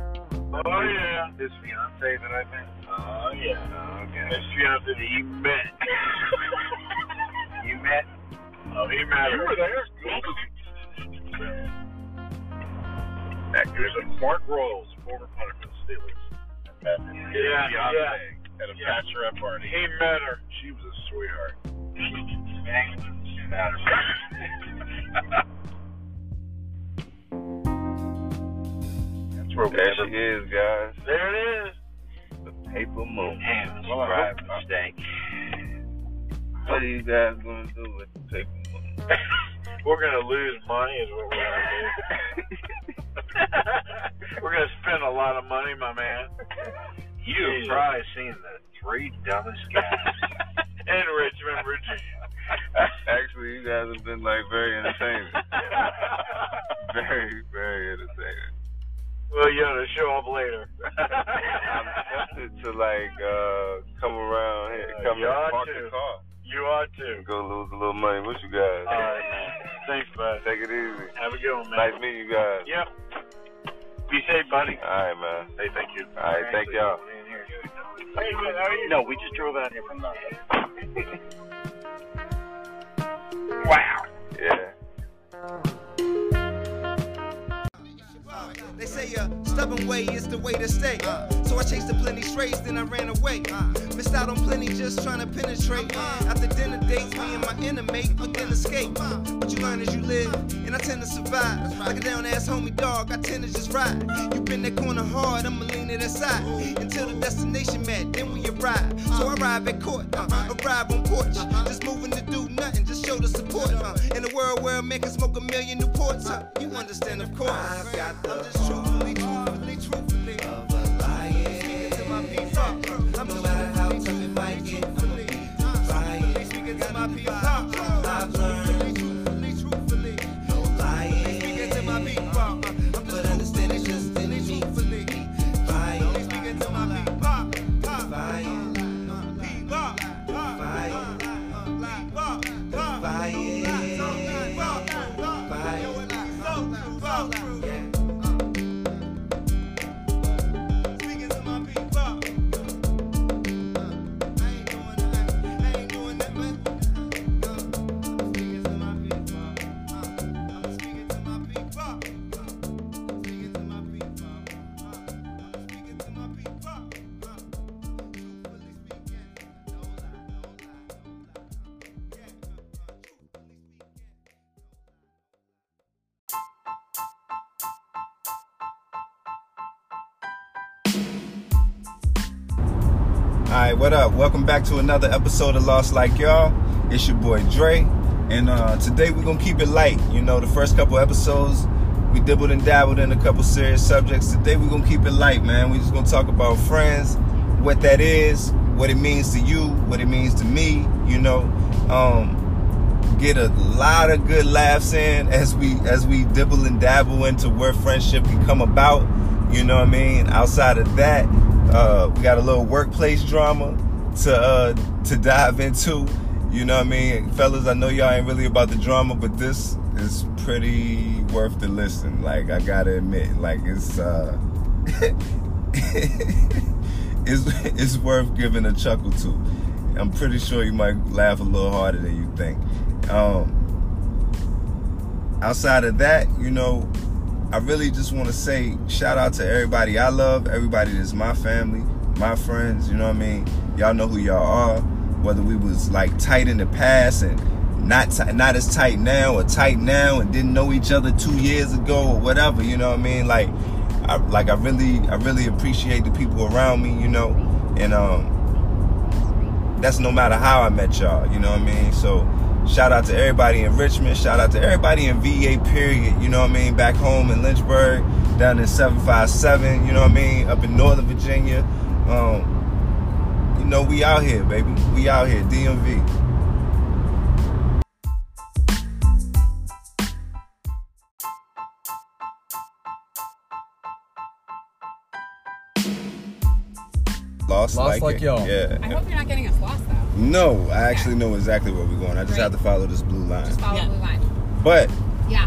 Oh yeah. His fiance that I met. Oh yeah. Okay. His fiance that he met. You met? Oh, he met. You were there. Actors and Mark Rolls, former punter for the Steelers. Met his Yeah, fiance at a yeah. bachelorette party. He met her. She was a sweetheart. That's where we There never- she is, guys. There it is. The paper moon. Damn, Well, I private hope- mistake. What are you guys gonna do with the paper moon? We're gonna lose money, is what we're gonna do. we're gonna spend a lot of money, my man. You. You've probably seen the three dumbest guys in Richmond, Virginia. Actually, you guys have been like very entertaining. very, very entertaining. well, you ought to show up later. I'm tempted to like uh come around here, Uh, come you ought and park to. the car, you ought to. and go lose a little money with you guys. All right, man. Thanks, bud. Take it easy. Have a good one, man. Nice meeting you guys. Yep. Be safe, buddy. All right, man. Hey, thank you. All right, thank y'all. Hey, man, how are you? No, we just drove out here from London. Wow. Yeah. They say a stubborn way is the way to stay. So I chased the plenty strays, then I ran away. Missed out on plenty just trying to penetrate. After dinner dates, me and my inmate begin to escape. What you learn as you live, and I tend to survive. Like a down ass homie dog, I tend to just ride. You been that corner hard, I'ma lean it aside. Until the destination met, then we arrive. So I arrive at court, uh, arrive on porch. Just moving to do nothing, just show the support. Uh, in a world where a man can smoke a million Newports, uh, you understand, of course. I've got the I'm just truthfully, truthfully, truthfully. Of a lion. Speaking to my people. Uh, I'm no matter how tough it might get, I'm gonna be defiant. Speaking to my people. Uh, I've learned. Truthfully, truthfully, truthfully. No lying. Speaking to my people. Uh, I'm but understand it's just in me. Truthfully, defiant. Speaking to my people. Uh, defiant. Defiant. Defiant. Defiant. Yeah. Speaking to my people. Uh, I ain't doing that. I ain't doing that, man. Uh, I'm speaking to my people. Uh, I'm speaking to my people. Uh, I'm speaking to my people. Uh, I'm speaking to my people. Uh, truthfully speaking, no lie, no lie, no lie. Yeah, uh, uh, truthfully speaking. Alright, what up? Welcome back to another episode of Lost Like Y'all. It's your boy Dre. And uh, today we're gonna keep it light. You know, the first couple episodes, we dibbled and dabbled in a couple serious subjects. Today we're gonna keep it light, man. We're just gonna talk about friends, what that is, what it means to you, what it means to me, you know. Um, get a lot of good laughs in as we as we dibble and dabble into where friendship can come about. You know what I mean? Outside of that, uh, we got a little workplace drama to uh, to dive into. You know what I mean, fellas? I know y'all ain't really about the drama, but this is pretty worth the listen. Like I gotta admit, like it's uh, it's it's worth giving a chuckle to. I'm pretty sure you might laugh a little harder than you think. Um, outside of that, you know, I really just want to say shout out to everybody I love, everybody that's my family, my friends. You know what I mean? Y'all know who y'all are. Whether we was like tight in the past and not ti- not as tight now, or tight now and didn't know each other two years ago or whatever. You know what I mean? Like, I, like I really I really appreciate the people around me. You know, and um, that's no matter how I met y'all, you know what I mean? So shout out to everybody in Richmond, shout out to everybody in VA period, you know what I mean? Back home in Lynchburg, down in 757, you know what I mean? Up in Northern Virginia. Um, you know, we out here, baby. We out here, DMV. Lost, Lost like y'all. Yeah. I hope you're not getting us lost though. No, I actually know exactly where we're going. I just Right. have to follow this blue line. Just follow the blue line. But Yeah.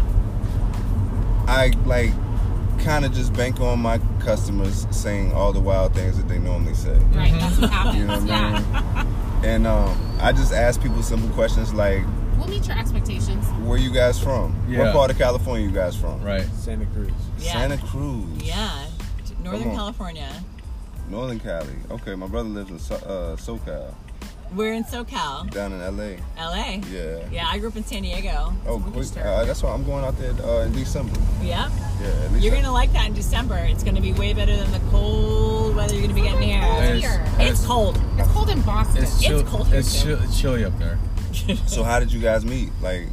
I like kind of just bank on my customers saying all the wild things that they normally say. Right, Mm-hmm. that's what You know what I happens. mean? Yeah. And um, I just ask people simple questions like, We'll meet your expectations. "Where you guys from? What Yeah. part of California you guys from?" Right. Santa Cruz. Yeah. Santa Cruz. Yeah. T- Come Northern on. California. Northern Cali. Okay, my brother lives in so- uh, SoCal, We're in SoCal, down in LA. LA. Yeah. Yeah, I grew up in San Diego. Oh, It's a quick. monster. Uh, that's why I'm going out there uh, in December. Yep. Yeah, in You're December. gonna like that in December. It's gonna be way better than the cold weather you're gonna be getting It's here. It's- here. It's cold. It's cold in Boston. It's chill. cold here, it's too. chill, it's chilly up there. So how did you guys meet? Like,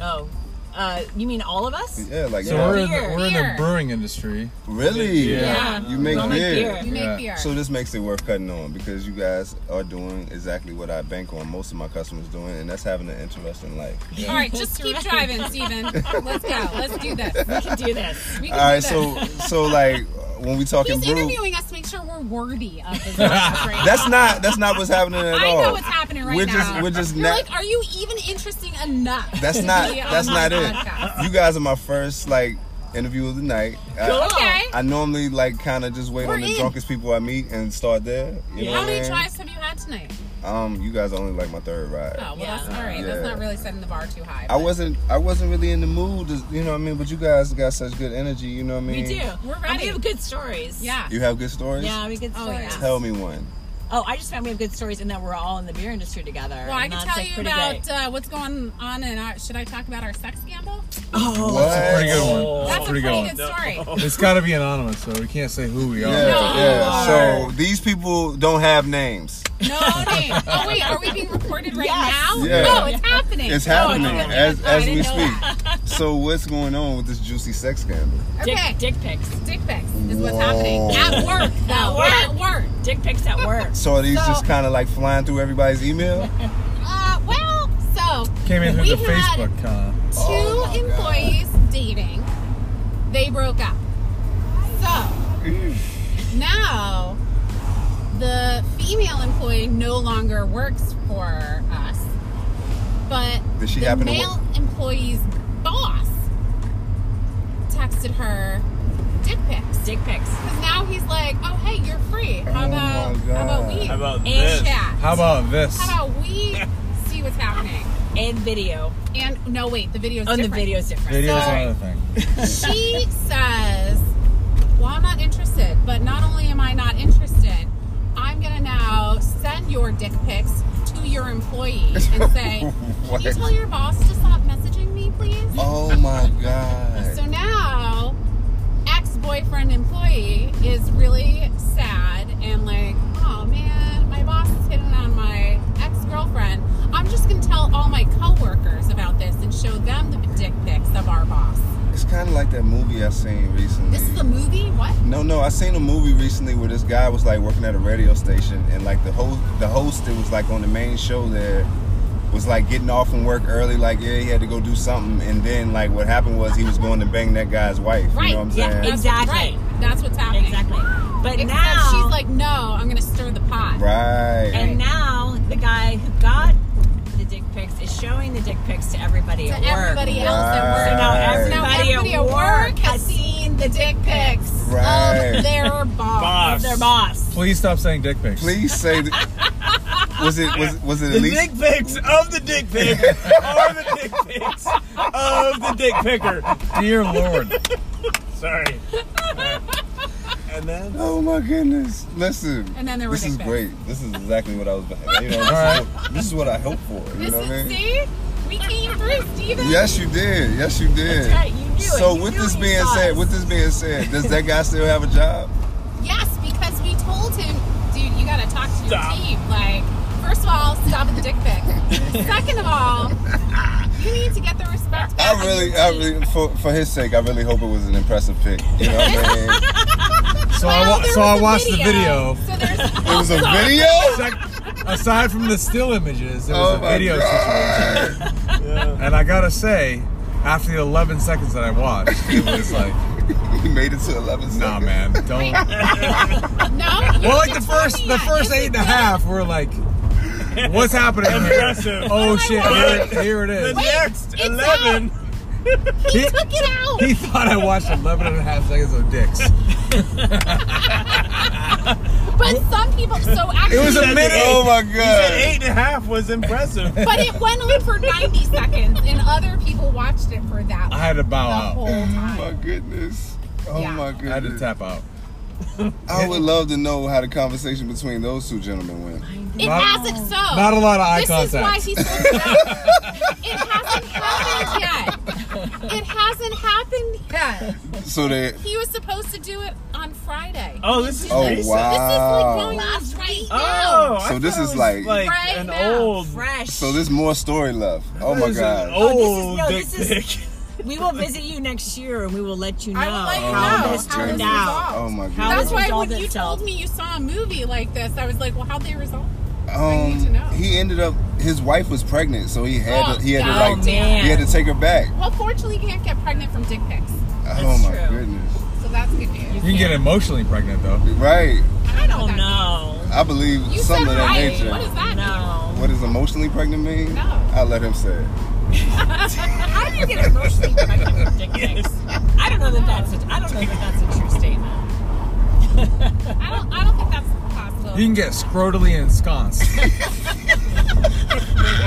Oh, uh, you mean all of us? yeah, like So yeah. we're in, the, Beer. we're in the Beer. brewing industry. really? Yeah. You make We all beer. you make Yeah. beer. So this makes it worth cutting on because you guys are doing exactly what I bank on most of my customers doing, and that's having an interesting life. All right, just keep driving, Steven. Let's go. Let's do this. We can Do this. do All right, this. so so like when we talking He's brew, interviewing us to make sure we're worthy of his offering. that's not that's not what's happening at I all. know what's happening right we're now. just we're just You're na- like, are you even interesting enough? That's to not be on that's my not it. podcast? Uh-uh. You guys are my first like interview of the night. I, Okay. I normally like kind of just wait We're on the in. drunkest people I meet and start there. You know How what I many mean? tries have you had tonight? Um, you guys are only like my third ride. Oh, well, Yeah. that's all right. That's Uh, Yeah. not really setting the bar too high. I but wasn't I wasn't really in the mood, to, you know what I mean. But you guys got such good energy, you know what I We mean. do. We're And ready. Oh, We have good stories. Yeah. You have good stories. Yeah, we have good Oh, stories. yeah. Tell me one. Oh, I just found we have good stories and that we're all in the beer industry together. Well, I and can that's, tell like, you pretty about great. uh, what's going on in our. Should I talk about our sex gamble? Oh, what? That's a pretty good one. That's a pretty pretty one. good story. It's got to be anonymous, so we can't say who we are. Yeah, No. yeah. So these people don't have names. No name. Oh wait, are we being recorded right Yes. now? Yeah. No, Oh, it's happening. It's happening Oh, okay. as, I as didn't we know speak. So what's going on with this juicy sex scandal? that. dick, Okay, dick pics. dick pics is what's Whoa. happening at work. At Though work. at work. Dick pics at work. So are these So- just kind of like flying through everybody's email? Uh, well, so Came in We through the had- Facebook con. two Oh employees dating. They broke up. So now the female employee no longer works for us, but Did she the happen to male employee's boss texted her dick pics. Dick pics. Because now he's like, oh hey, you're free. How Oh about my how about God. we How about this? chat? How about this? How about we see what's happening? And video. And no, wait, the video's On the different. video's different. Video's Sorry. another thing. she says, Well, I'm not interested, but not only am I not interested, I'm going to now send your dick pics to your employee and say, Can you What? tell your boss to stop messaging me, please? Oh my god. So now, ex boyfriend employee is really sad and like, Oh man, my boss is hitting on my ex girlfriend. I'm just going to tell all my coworkers about this and show them the dick pics of our boss. It's kind of like that movie I seen recently. This is a movie? What? no, no, I seen a movie recently where this guy was like working at a radio station, and like the host, the host that was like on the main show there was like getting off from work early, like yeah, he had to go do something, and then like what happened was he was going to bang that guy's wife. Right, You know what I'm yeah, saying? ex- Exactly. Right. That's what's happening. Exactly. But Except now she's like, no, I'm going to stir the pot. right. And now the guy who got the dick pics is showing the dick pics to everybody To at work. everybody else at work. Right. So now everybody, Now everybody at work has seen the the dick pics Right. of their boss. of their boss. Please stop saying dick pics. Please say. th- was it was was it at least? pics of the dick pic are the dick pics of the dick picker. Dear Lord. Sorry. And then Oh my goodness! Listen, And then there were this dick is pics. great. This is exactly what I was. You know, All right. this is what I hope for. You This know what I is, mean? see? We came through, Steven. Yes, you did. Yes, you did. That's right, you knew it. so You with knew this you being saw said, us. with this being said, does that guy still have a job? Yes, because we told him, dude, you got to talk to your team. Like, first of all, stop with the dick pics. Second of all, you need to get the respect back. I really, I really, for, for his sake, I really hope it was an impressive pick. You know what I mean? So I, Well, wa- there so was I a watched the video. So there's It was a video. Sec- aside from the still images, there was Oh a my video god! situation. And I gotta say, after the 11 seconds that I watched, it was like, He made it to 11 seconds. nah, man, don't. No. Well, like the first, the first eight and a half were like, what's happening? here? impressive. Oh shit! Here, here it is. Wait, next it's 11 He took it out. He thought I watched 11 and a half seconds of dicks. but some people. So actually, It was a said minute. eight. Oh my He said god. eight and a half was impressive. but it went on for 90 seconds, and other people watched it for that. I had to bow the out. whole Oh my time. goodness. Oh Yeah. my I had to goodness. tap out. I would love to know how the conversation between those two gentlemen went. It Not- hasn't so. Not a lot of eye this is why contact. he's so sad. It hasn't happened yet. It hasn't happened yet. So they. He was supposed to do it on Friday. Oh, this is Oh recent. This is like going wow. on right Oh, now. I So this is thought it was like- Right an now. old, Fresh. So there's more story left. Oh my This is an god. old Oh, dick this is- no, this pic. we will visit you next year and we will let you know I will let you how know this how turned this out. resolved. Oh my How god. That's this why resolved when you itself. told me you saw a movie like this, I was like, well, how'd they resolve? I need to Um, know. he ended up. His wife was pregnant, so he had Oh, to, he had to God like damn. he had to take her back. Well, fortunately, you can't get pregnant from dick pics. oh my true. goodness. So that's good news. You can get emotionally pregnant though. Right. I Oh that no, I believe means. You something said of that right. nature. What does that mean? no. What does emotionally pregnant mean? No. I'll let him say it. How do you get emotionally pregnant with dick pics? I don't know that that's a, I don't know that that's a true statement. I don't, I don't think that's possible. You can get scrotally ensconced.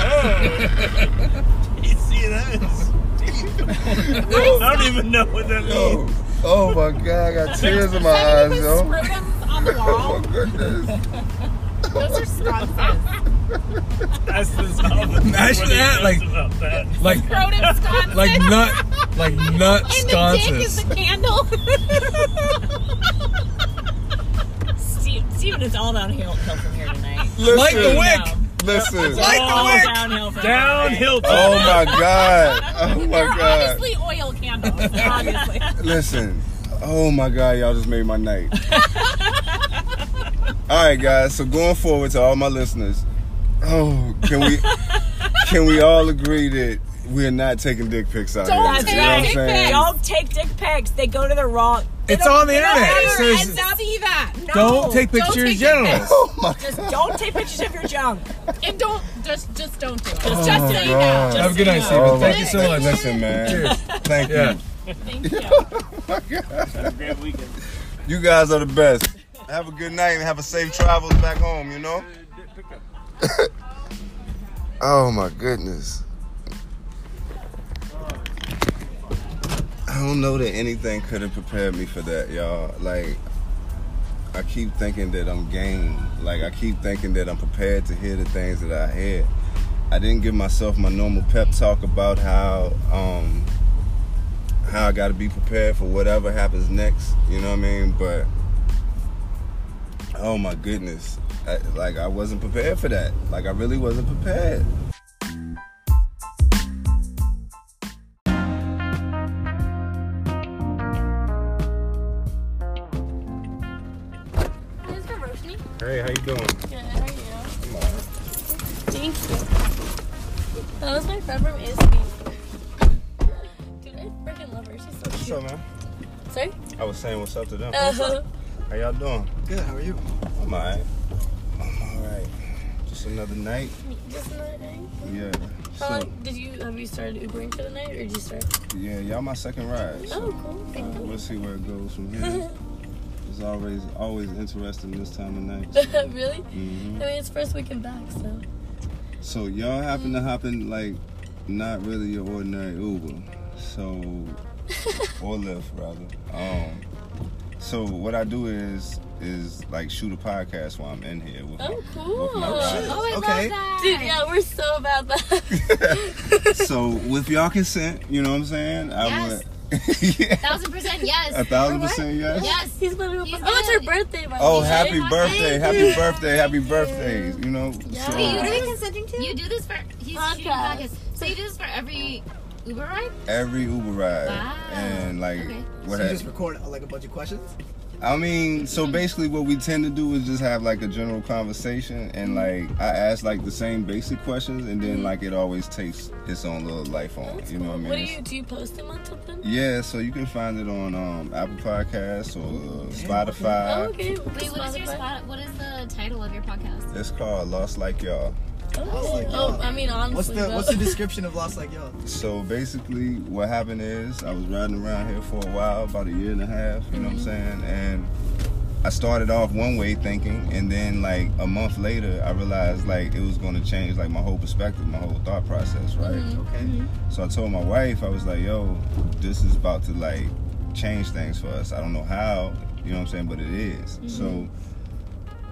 Oh. You see this? I don't even know what that means. Oh, oh my god, I got tears in my Instead eyes, of yo. those scrotums on the Oh wall, my goodness. those are sconces. That's the solid. Imagine that, like- about that. Like Scrotum sconces. like nut like nut And the dick is sconces. the candle. Steve, Steven, it's all downhill from here tonight. Like the Listen, wick. Listen. Like the all wick. downhill from here tonight. Downhill. Oh my god. Oh my They're god. obviously oil candles. Obviously. Listen. Oh my god, y'all just made my night. all right, guys. So going forward to all my listeners, oh, can we can we all agree that we're not taking dick pics out Don't here? take You know what I'm dick saying? Don't take dick pics. They go to the wrong. they It's don't- on the they don't internet. ever It says- end Now up- see that. No. Don't take pictures of take your genitals. Oh my Just don't take pictures of your junk. And don't just just don't do it. Oh, Just, just my say God. no. Have a good night, Steven. Oh, Thank you so my- much. Listen, man. Cheers. Thank Yeah. you. Thank you. You guys are the best. Have a good night and have a safe travels back home, you know? oh my goodness. I don't know that anything could have prepared me for that, y'all. Like, I keep thinking that I'm game. Like, I keep thinking that I'm prepared to hear the things that I hear. I didn't give myself my normal pep talk about how, um, how I got to be prepared for whatever happens next. You know what I mean? But oh my goodness, I, like I wasn't prepared for that. Like I really wasn't prepared. Mr. Roshni, Hey, how you doing? good. How are you? Thank you. That was my friend from is Dude, I freaking love her. She's so What's up, man? Sorry? I was saying what's up to them. Uh, How y'all doing? Good, how are you? I'm alright. I'm alright. Just another night. just another thing. Yeah. How So, long did you have you started Ubering for the night or did you start? yeah, y'all my second ride. So Oh, cool. uh, we'll see where it goes from here. It's always always interesting this time of night. Mm-hmm. really? I mean, it's first weekend back, so. So y'all happen to hop in like not really your ordinary Uber. So or Lyft rather. Um so what I do is is like shoot a podcast while I'm in here with Oh, cool. with my ride. Oh, Okay. Dude, yeah, we're so about that. So with y'all consent, you know what I'm saying? Yes. would yeah, Thousand percent yes. a thousand percent yes. Yes. He's gonna go. He's Oh, it's her good. birthday, by the Oh way. happy birthday, happy you. birthday, happy birthdays, you know. So, Wait, you really consenting to? You do this for he's Podcast. shooting podcast. So you do this for every Uber ride? every Uber ride Wow. and like Okay. what So you have just record uh, like a bunch of questions? I mean, so basically, what we tend to do is just have like a general conversation, and Mm-hmm. like I ask like the same basic questions, and then like it always takes its own little life on. you know what I mean? What do you do? You post him on something? yeah, so you can find it on um, Apple Podcasts or uh, Spotify. Oh, okay. Wait, what is your spot? What is the title of your podcast? It's called Lost Like Y'all. Oh, I mean, honestly. What's the though. What's the description of Lost Like Y'all? So basically, what happened is I was riding around here for a while, about a year and a half. You know what I'm saying? And I started off one way thinking, and then like a month later, I realized like it was going to change like my whole perspective, my whole thought process, right? Okay. So I told my wife, I was like, yo, this is about to like change things for us. I don't know how, you know what I'm saying, but it is. Mhm. So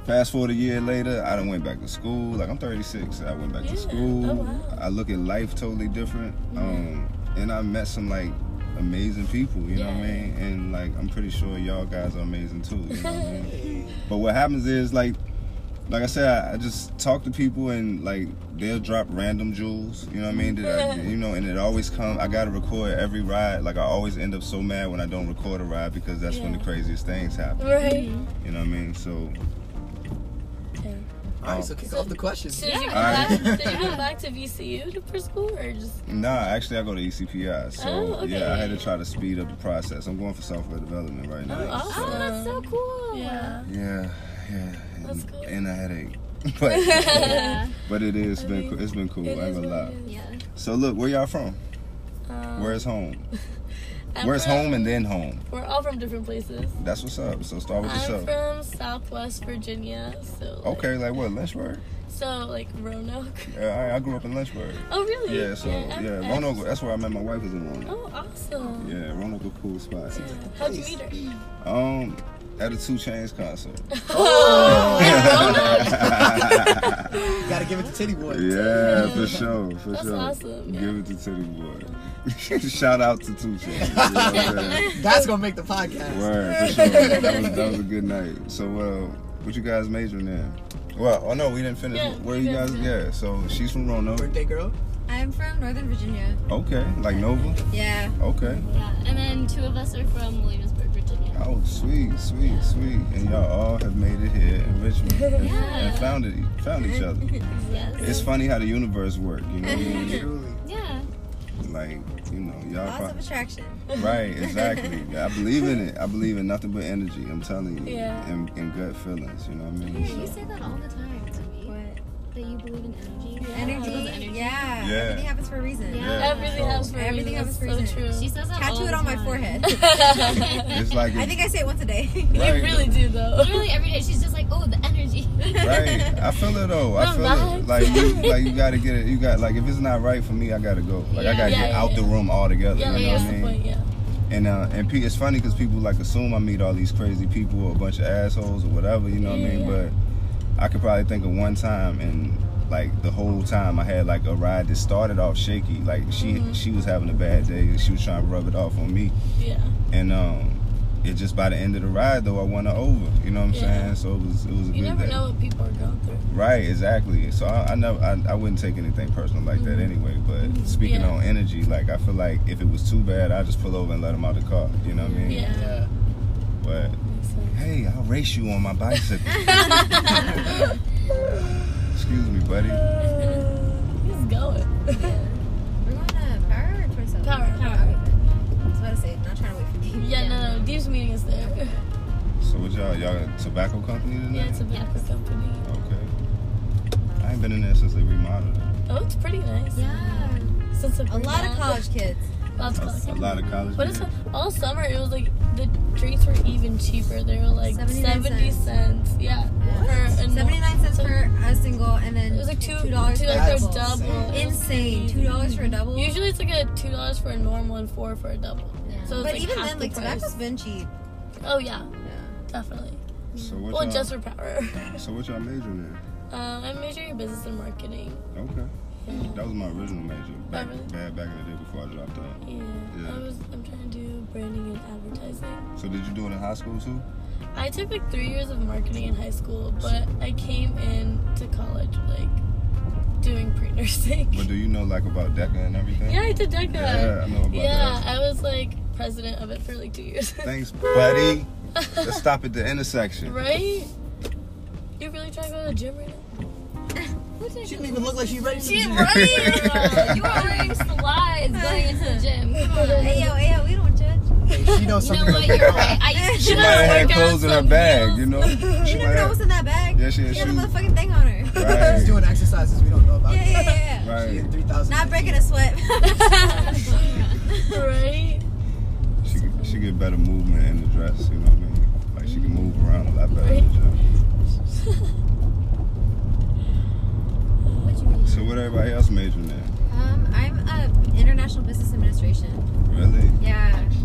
fast forward a year later, I done went back to school. Like I'm 36. I went back to school. I look at life totally different. Um, and I met some like amazing people, you know what I mean? And like I'm pretty sure y'all guys are amazing too. You know what I mean? but what happens is like like I said, I, I just talk to people and like they'll drop random jewels. You know what I mean? That I, you know, and it always come. I gotta record every ride. Like I always end up so mad when I don't record a ride because that's when the craziest things happen. Right. You know what I mean? So. um, All right, so kick off the questions. So did, you go Alright. back, did you go back to VCU to, for school or just? Nah, actually, I go to ECPI, so Oh, okay. yeah, I had to try to speed up the process. I'm going for software development right now. Oh, that's so cool. Yeah. Yeah, yeah. And, That's cool. and a headache. But Yeah. but it is been cool. It's been cool. I ain't gonna lie. Yeah. So look, where y'all from? Um, Where's home? I'm Where's from- home and then home? We're all from different places. That's what's up. So start with I'm yourself. from Southwest Virginia, so like, Okay, like what? Lynchburg? so like Roanoke. Yeah, I, I grew up in Lynchburg. Oh, really? Yeah, so Yeah, yeah, I'm- Roanoke. That's where I met my wife was in Roanoke. Oh, awesome. Yeah, Roanoke a cool spot. How'd you meet her? Um, at a Two Chains concert. Oh, Gotta give it to Titty Boy. Yeah, for sure, for That's sure. awesome, Give it to Titty Boy. Shout out to Two Chains. you know what I'm saying? That's gonna make the podcast. Word, for sure. That was, that was a good night. So, uh, what you guys majoring in? Well, oh no, we didn't finish. Yeah, Where we you didn't guys? Yeah, so she's from Roanoke. Birthday girl. I'm from Northern Virginia. Okay, like Nova. Yeah. Okay. Yeah. And then two of us are from Williamsburg, Virginia. Oh, sweet, sweet, sweet. And y'all all have made it here in Richmond and, Yeah. and found it, found each other. yes. It's funny how the universe works, you know. what I mean? yeah. like, you know, y'all. Laws prob- of attraction. Right, exactly. I believe in it. I believe in nothing but energy. I'm telling you, Yeah. and, and gut feelings. You know what I Yeah, mean? you So- say that all the time to me. What? That you believe in energy. Energy, Those energy. yeah. Yeah. Everything happens for a reason. Yeah. Yeah. Everything happens for a Everything reason. happens for a That's reason. so true. She says that Tattoo all it the on my time. forehead. It's like I it- think I say it once a day. Right. really do though. Literally every day she's just like, oh, the energy. right. I feel it though. I Not feel it. mine. Like you, like you gotta get it. You got like if it's not right for me, I gotta go. Like I Yeah. gotta Yeah, get yeah, out the room altogether. Yeah, you know yeah. what I mean? And uh, and P, it's funny because people like assume I meet all these crazy people or a bunch of assholes or whatever. You know what I mean? But I could probably think of one time and like the whole time I had like a ride that started off shaky. Like she Mhm. she was having a bad day and she was trying to rub it off on me. Yeah. And um, it just by the end of the ride though I won her over. You know what I'm Yeah. saying? So it was it was a You good never day. know what people are going through. Right, exactly. So I, I never, I, I wouldn't take anything personal like that anyway. But speaking Mm-hmm. Yeah. on energy, like I feel like if it was too bad, I just pull over and let him out the car. You know what I mean? Yeah. But hey, I'll race you on my bicycle. Excuse me, buddy. He's going. We're going to Power or 27? Power, power. I was about to say, not trying to wait for people. Yeah, no, no. Deep's meeting is there. So what y'all, y'all a tobacco company tonight? Yeah, it's a tobacco company. Okay. I ain't been in there since they remodeled it. Oh, it's pretty nice. Yeah. Since a lot of college kids. Lots of college A kids. lot of college. But it's kids. all summer. It was like the drinks were even cheaper. They were like 79 seventy cents. cents. Yeah. For a no- 79 cents for a single and then It was like two $2 dollars two for dollars a for a double. Insane. $2 dollars for a double. Usually it's like a two dollars for a normal and four for a double. So it's but like even half then, the like, price. tobacco's been cheap. Oh yeah. Definitely. So what uh, well, y'all, just for power. so what y'all majoring Uh, I'm majoring in business and marketing. in? Okay. That was my original major back, really? back back in the day before I dropped out. Yeah. I was. I'm trying to do branding and advertising. So did you do it in high school too? I took like three years of marketing in high school, but I came in to college like doing pre nursing. But do you know like about DECA and everything? Yeah, I did DECA. Yeah, I know about Yeah, I was like president of it for like two years. that. Thanks, buddy. Let's stop at the intersection. right? You really trying to go to the gym right now? She didn't even look like she ready. She right? you are wearing slides going into the gym. Come on. Hey, yo, hey, yo, we don't judge. She knows You know something. what? You're right. I used She to might have had clothes in her bag, you know? You She might never know have. what's in that bag. Yeah, she had had a shoes. motherfucking thing on her. Right. She's doing exercises we don't know about. Yeah, yeah, yeah, yeah. She did 3,000. Not breaking a sweat. right? She she get better movement in the dress. You know what I mean? Like she can move around a lot better. In the What you mean? gym. So what everybody else majoring in? Um, I'm a international business administration. Really? Yeah.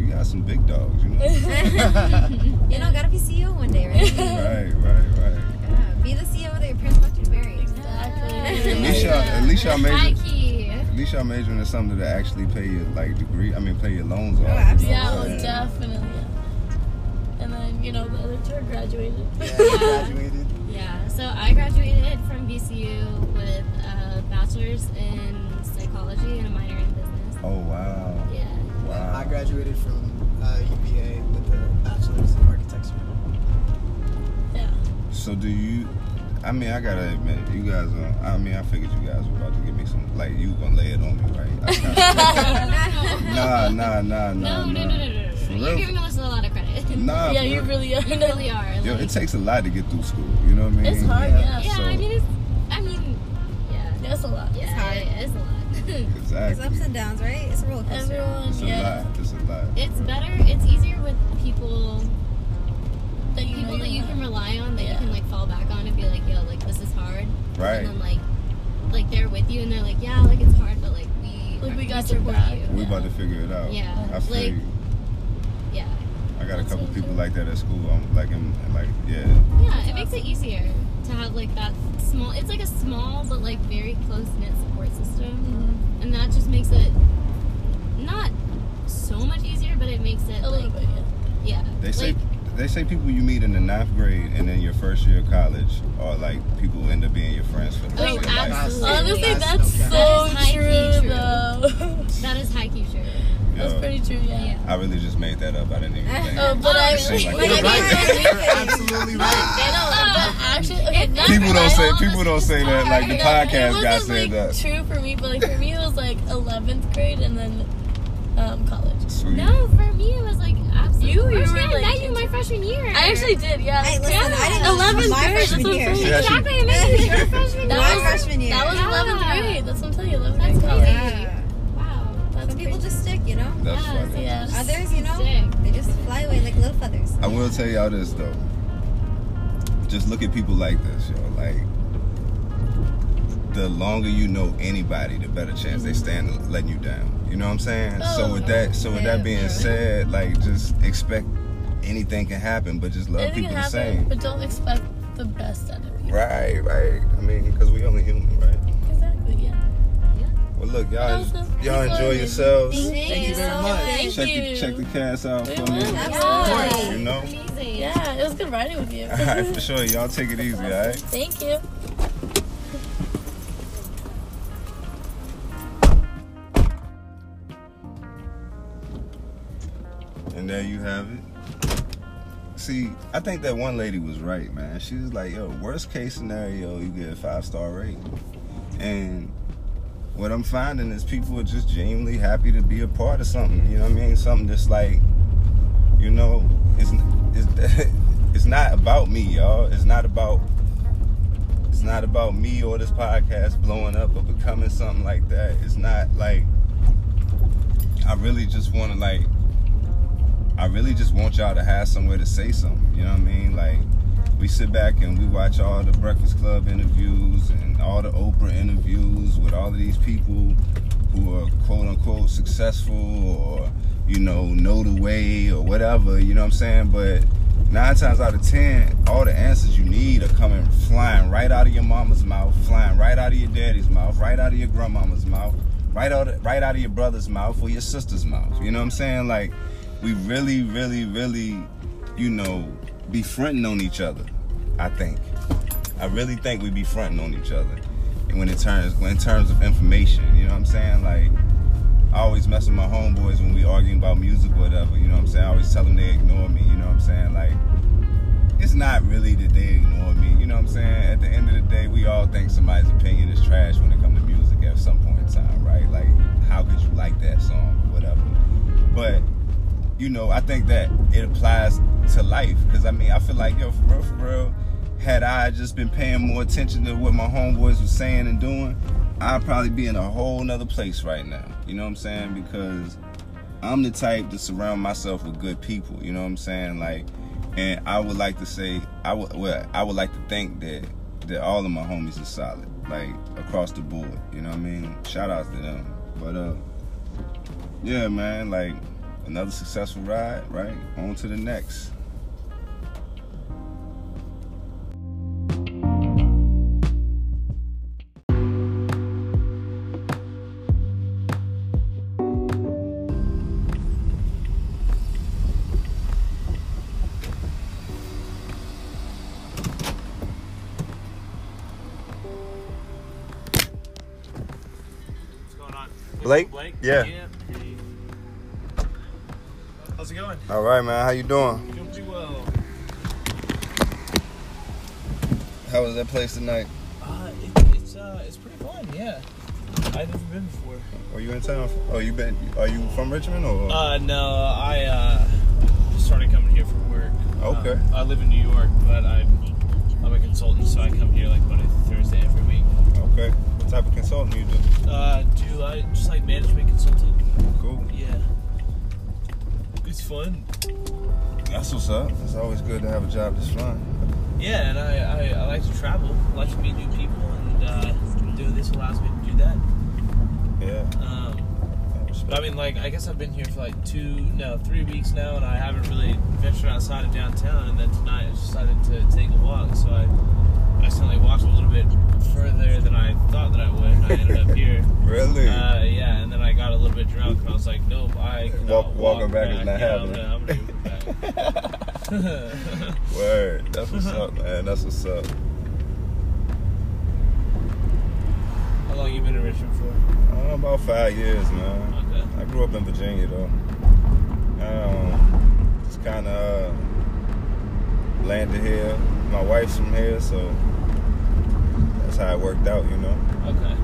You got some big dogs. You know. you know, gotta be CEO one day, right? right, right, right. Yeah, be the CEO that your parents want you to marry. At least y'all, at least y'all majoring. At least y'all majoring in something to actually pay your like degree. I mean, pay your loans Oh, off. you know Yeah, what I'm well, saying? definitely. And then, you know, the other two graduated. graduated. Yeah, so I graduated from BCU with a bachelor's in psychology and a minor in business. Oh wow. Yeah. Wow. I graduated from uh, UVA with a bachelor's in architecture. So do you? I mean, I gotta admit, you guys. Are, I mean, I figured you guys were about to give me some. Like, you gonna lay it on me, right? I kinda- nah, nah, nah, nah, nah. No, no, no, no, no, no. For You're real? giving us a lot of credit. Nah, Yeah, for you real. really are. You really are. Yo, like- it takes a lot to get through school. You know what I mean? It's hard, yeah. Yeah, So, I mean, it's, I mean, yeah. That's a lot. Yeah, it's hard. It's a lot. It's exactly. ups and downs, right? It's a roller coaster. It's a lot. It's a lot. it's better, it's easier with people that you, people that you can rely on, that you can, like, fall back on and be like, yo, like, this is hard. Right. And then, like, like they're with you and they're like, yeah, like, it's hard, but, like, we, Like, we we got your support back. you. We about to figure it out. Yeah, I feel like- you. Yeah. I got a couple people like that at school. I'm like, I'm like, yeah. Yeah, it makes it easier to have like that small. It's like a small but like very close knit support system, and that just makes it not so much easier, but it makes it a like, little bit. Yeah. They like, say they say people you meet in the ninth grade and then your first year of college are like people who end up being your friends for the rest Oh, of your absolutely. life. Honestly, that's That so is high-key true, true. though. That is high key true. Yo, true, yeah. I really just made that up. I didn't even think. Oh, but I, absolutely I know, but actually, okay, that, people don't say people don't say that. Like the podcast guy said like, that. true for me, but like for me, it was like 11th grade and then um, college. Sweet. No, for me it was like You- absolutely. you Actually, were, I like- met you my freshman year. I actually did, yeah. Hey, listen, I didn't know this was 11th my grade. freshman that's year. what I'm saying. Yeah, she- Exactly, I met you your freshman That My was freshman year. That was Yeah. 11th grade. That's what I'm telling you. 11th That's grade crazy. college. Wow. That's Some people crazy. just stick, you know? That's funny. Yeah. Others, you know, they just fly away like little feathers. I will tell y'all this though. Just look at people like this, yo. Like the longer you know anybody, the better chance they stand to letting you down. You know what I'm saying? Oh, so with that, so with that being said, like just expect anything can happen, but just love Anything people can the happen, same. but don't expect the best out of you. Right, right. I mean, because we only human, right? Exactly, yeah. Well, look, y'all, Also, y'all people enjoy are- yourselves. Thank Thank you you so very much. much. check Thank the you. check the cast out for me. Absolutely. You know. Amazing. Yeah, it was good riding with you. All right, for sure. Y'all take it easy, all right? Thank you. And there you have it. See, I think that one lady was right, man. She was like, yo, worst case scenario, you get a five star rating. And what I'm finding is people are just genuinely happy to be a part of something. You know what I mean? Something that's like, you know, it's it's, it's not about me, y'all. It's not about it's not about me or this podcast blowing up or becoming something like that. It's not like I really just want to like I really just want y'all to have somewhere to say something. You know what I mean? Like, we sit back and we watch all the Breakfast Club interviews and all the Oprah interviews with all of these people who are quote unquote successful or, you know, know the way or whatever. You know what I'm saying? But nine times out of ten, all the answers you need are coming flying right out of your mama's mouth, flying right out of your daddy's mouth, right out of your grandmama's mouth, right out of, right out of your brother's mouth or your sister's mouth. You know what I'm saying? Like, we really, really, really, you know, be fronting on each other. I think. I really think we be fronting on each other. And when it turns when in terms of information, you know what I'm saying? Like I always mess with my homeboys when we arguing about music or whatever, you know what I'm saying? I always tell them they ignore me, you know what I'm saying? Like it's not really that they ignore me, you know what I'm saying? At the end of the day, we all think somebody's opinion is trash when it comes to music at some point in time, right? Like how could you like that song or whatever? But you know, I think that it applies to life because I mean, I feel like yo, for real, for real, had I just been paying more attention to what my homeboys were saying and doing, I'd probably be in a whole nother place right now. You know what I'm saying? Because I'm the type to surround myself with good people. You know what I'm saying? Like, and I would like to say, I would, well, I would like to think that that all of my homies are solid, like across the board. You know what I mean? Shout outs to them. But uh, yeah, man, like another successful ride, right? On to the next. What's going on? Blake? Blake? Yeah. hey. How's it going? All right, man. How you doing? Doing pretty well. How was that place tonight? Uh, it, it's uh, it's pretty fun. Yeah. I've never been before. Are you in town? For, oh, you been? Are you from Richmond or? Uh, no, I uh, started coming here for work. Okay. Uh, I live in New York, but I'm I'm a consultant, so I come here like Monday through Thursday every week. okay. What type of consulting you do? Uh, do I just like management consulting? Cool. Yeah. It's fun. That's what's up. It's always good to have a job that's fun. Yeah, and I, I, I like to travel, I like to meet new people, and uh, doing this allows me to do that. Yeah. Um, but I mean, like, I guess I've been here for like two, no, three weeks now, and I haven't really ventured outside of downtown. And then tonight, I decided to take a walk, so I accidentally walked a little bit further than I thought that I would. And I ended up here. Really? Uh, yeah, and then I got a little bit drunk, and I was like, nope, I cannot Walk, walk, walking back is not Yeah, happening. I'm gonna, I'm gonna go back. Word. That's what's up, man. That's what's up. How long you been in Richmond for? Uh, about five years, man. I grew up in Virginia, though. Um, just kind of uh, landed here. My wife's from here, so that's how it worked out, you know. Okay.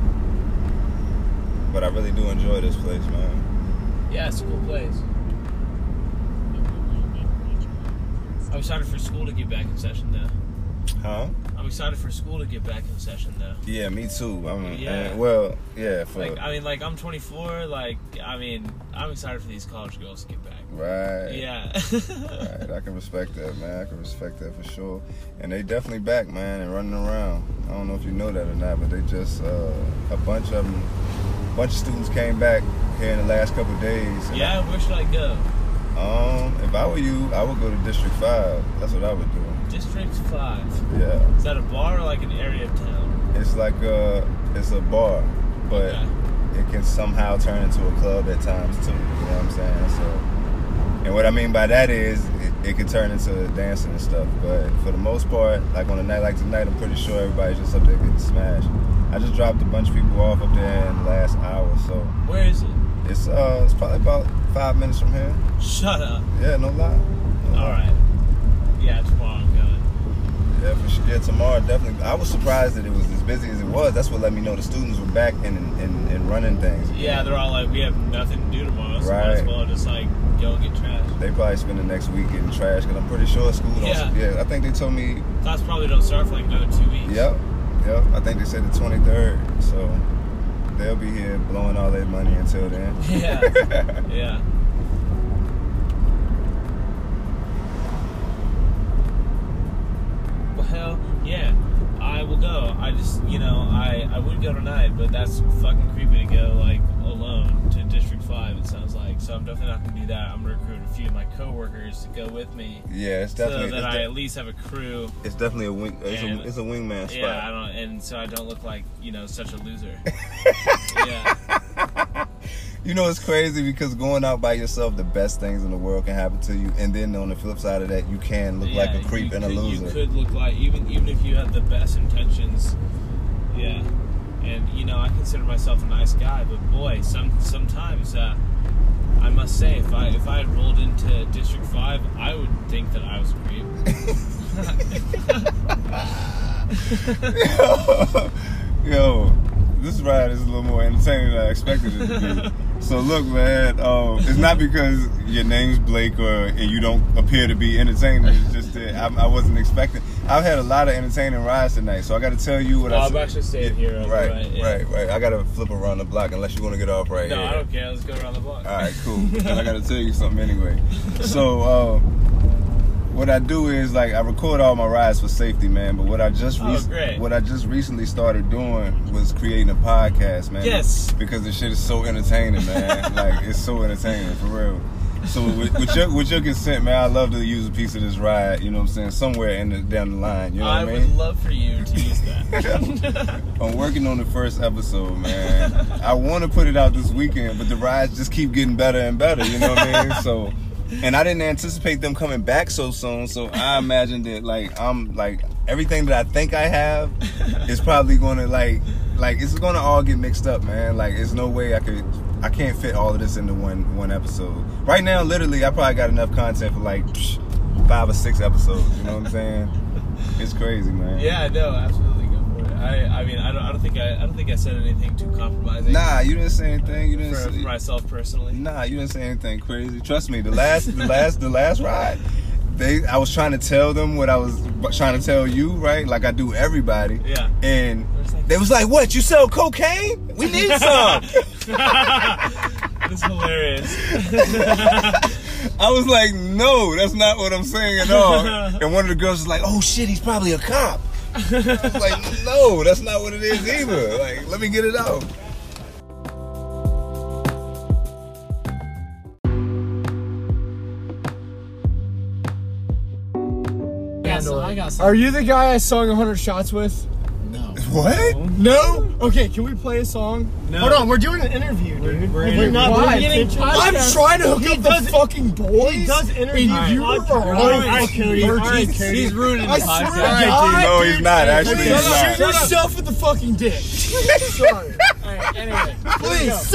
But I really do enjoy this place, man. Yeah, it's a cool place. I'm excited for school to get back in session though. Huh? I'm excited for school to get back in session though. Yeah, me too. I mean, Yeah. and- well, yeah, for Like I mean, like I'm 24. Like I mean, I'm excited for these college girls to get back. right. Yeah. right. I can respect that, man. I can respect that for sure. And they definitely back, man, and running around. I don't know if you know that or not, but they just uh, a bunch of them, bunch of students came back here in the last couple of days. And Yeah. Where should I go? I- um, if I were you, I would go to District Five. That's what I would do. District Five. Yeah. Is that a bar or like an area of town? It's like a, it's a bar, but it can somehow turn into a club at times too. You know what I'm saying? So, and what I mean by that is it, it can turn into dancing and stuff. But for the most part, like on a night like tonight, I'm pretty sure everybody's just up there getting smashed. I just dropped a bunch of people off up there in the last hour, so Where is it? it's uh it's probably about five minutes from here. Shut up. Yeah, no lie. All right. Yeah, tomorrow I'm going. Yeah, for sure. Yeah, tomorrow definitely. I was surprised that it was as busy as it was. That's what let me know the students were back and and, and running things. Yeah, they're all like, we have nothing to do tomorrow, so might as Right. well just like go and get trashed. They probably spend the next week getting trash because I'm pretty sure school don't. Yeah. I think they told me. Class probably don't start for like another two weeks. Yep. Yep. I think they said the 23rd. So they'll be here blowing all their money until then. Yeah. yeah. Well, yeah, I will go. I just, you know, I, I would go tonight, but that's fucking creepy to go, like, alone to District 5, it sounds like. So I'm definitely not going to do that. I'm going to recruit a few of my coworkers to go with me. Yeah, it's So definitely- that it's I de- at least have a crew. It's definitely a wing. It's, and- a, it's a wingman spot. Yeah, I don't, and so I don't look like, you know, such a loser. You know it's crazy because going out by yourself, the best things in the world can happen to you, and then on the flip side of that, you can look like a Yeah, creep you and a could- loser. You could look like even even if you had the best intentions. Yeah, and you know I consider myself a nice guy, but boy, some sometimes uh, I must say if I if I had rolled into District Five, I would think that I was a creep. Yo, this ride is a little more entertaining than I expected it to be. so look, man, um, it's not because your name's Blake or and you don't appear to be entertaining. It's just that I, I wasn't expecting. I've had a lot of entertaining rides tonight, so I got to tell you what Well, I. I'm actually staying here. I'm Right, right, yeah. right, right. I got to flip around the block unless you want to get off right No, here. I don't care. Let's go around the block. All right, cool. 'Cause I gotta tell you something anyway. So, uh, what I do is like I record all my rides for safety, man. But what I just Oh, great. what I just recently started doing was creating a podcast, man. Yes. Because the shit is so entertaining, man. like it's so entertaining for real. So with, with your with your consent, man, I love to use a piece of this ride. You know what I'm saying? Somewhere in the, down the line, you know I what I mean? would love for you to use that. I'm working on the first episode, man. I want to put it out this weekend, but the rides just keep getting better and better. You know what I mean? So, and I didn't anticipate them coming back so soon. So I imagined that like I'm like everything that I think I have is probably going to like like it's going to all get mixed up, man. Like there's no way I could I can't fit all of this into one one episode. Right now, literally, I probably got enough content for like psh, five or six episodes. You know what I'm saying? It's crazy, man. yeah, no, absolutely go for it. I, I mean, I don't, I don't think I, I don't think I said anything too compromising. Nah, you didn't say anything. You didn't for, say- for myself personally. Nah, you didn't say anything crazy. Trust me, the last, the last, the last ride, they, I was trying to tell them what I was trying to tell you, right? Like I do everybody. Yeah. And they was like, "What? You sell cocaine? We need some." It's hilarious. I was like, "No, that's not what I'm saying at all." And one of the girls was like, "Oh shit, he's probably a cop." I was like, "No, that's not what it is either." Like, let me get it out. so I got Are you the guy I sung 100 shots with? No. What? No? Okay, can we play a song? No. Hold on, we're doing an interview, dude. we're interviewing. We're Why? getting I'm podcasts. trying to hook He up the does- fucking boys. he does interview And you are podcasts. all All right, fucking Cody, all right, virgins. Cody. He's ruining the I swear podcast. to All right, dude. God, No, he's dude. not, Hey, actually, please he's not. Shoot Shut up. yourself with the fucking dick. Sorry. Anyway, Please,